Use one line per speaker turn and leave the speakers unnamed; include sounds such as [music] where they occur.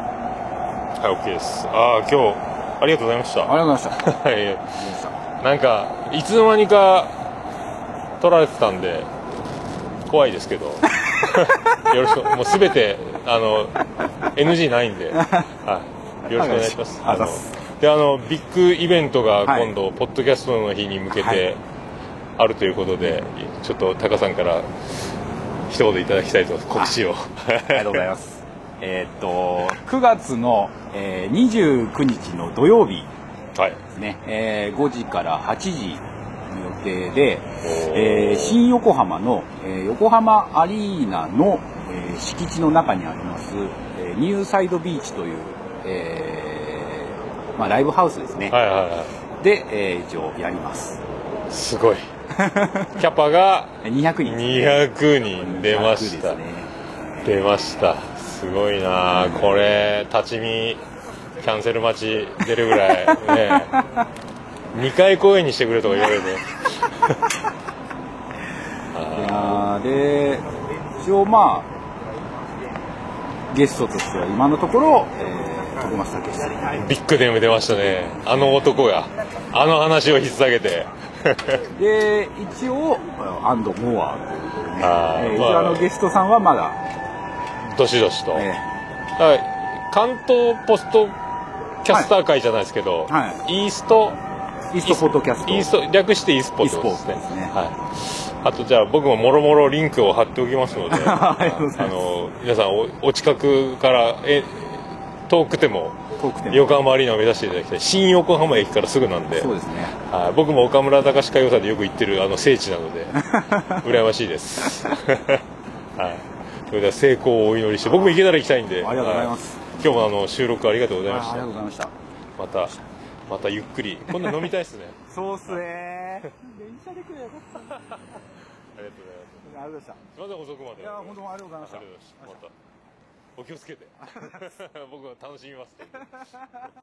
はい、OK です。ああ、今日、ありがとうございました。
[laughs] ありがとうございました。
はい。なんか、いつの間にか、撮られてたんで、怖いですけど、
[laughs]
よろしく、もうすべて、あの、NG ないん
[laughs]
で、はい。よろしくお願いします。
あざっ
の
す、
で、あの、ビッグイベントが
はい
今度、ポッドキャストの日に向け
は
て
い、
あるということで、ちょっと、タカさんから、一言いただきたいと、告知を。
ありがとうございます。えーっと、9月の、えー、29日の土曜日
[laughs] はい。
ですね、えー5時から8時の予定で、
おー
えー新横浜の、えー横浜アリーナの、えー敷地の中にあります、えーニューサイドビーチという、えーまあ、ライブハウスですね、
はいはいはい。
で、えー一応やります
すごいキャパが
えー200人ですね
200人出ました、
200ですね
出ましたすごいなあこれ立ち見キャンセル待ち出るぐらいね2回公演にしてくれとか言われるね
いやーで一応まあゲストとしては今のところ、えー、徳松武史さん
ビッグネーム出ましたねあの男があの話を引っ提げ
[laughs]
て
で一応アンド・モアというね、
あー
えー一
まあ
応あのゲストさんはまだ、
どしどしと、
え
はい関東ポストキャスター会じゃないですけど、
は
イースト
ーイーストポッドキャスト
イースト略してイースポットですね
イースポですね
はい、あとじゃあ僕ももろもろリンクを貼っておきますので
[laughs] ありがとうございます
の皆さんおお近くからえ遠くても
遠くても
横浜アリーナを目指していただきたい新横浜駅からすぐなんで
そうですね
はい僕も岡村隆史歌謡祭でよく行ってるあの聖地なの
[laughs]
で羨ましいです、 [laughs] はい、それでは成功をお祈りして僕も行けたら行きたいんで
ありがとうございます
は今日もあの収録ありがとうございま
あ
し
ありが
た
とうございました
またまたゆっくり今度飲みたいですね
そうっすね電車で来ればよかったあ
ありがとうございます
りがとうございまし
すみません遅
た
くまで
いやー本当もありがとうございました [laughs]
ありがとうございましたまたお気をつけて僕は楽しみます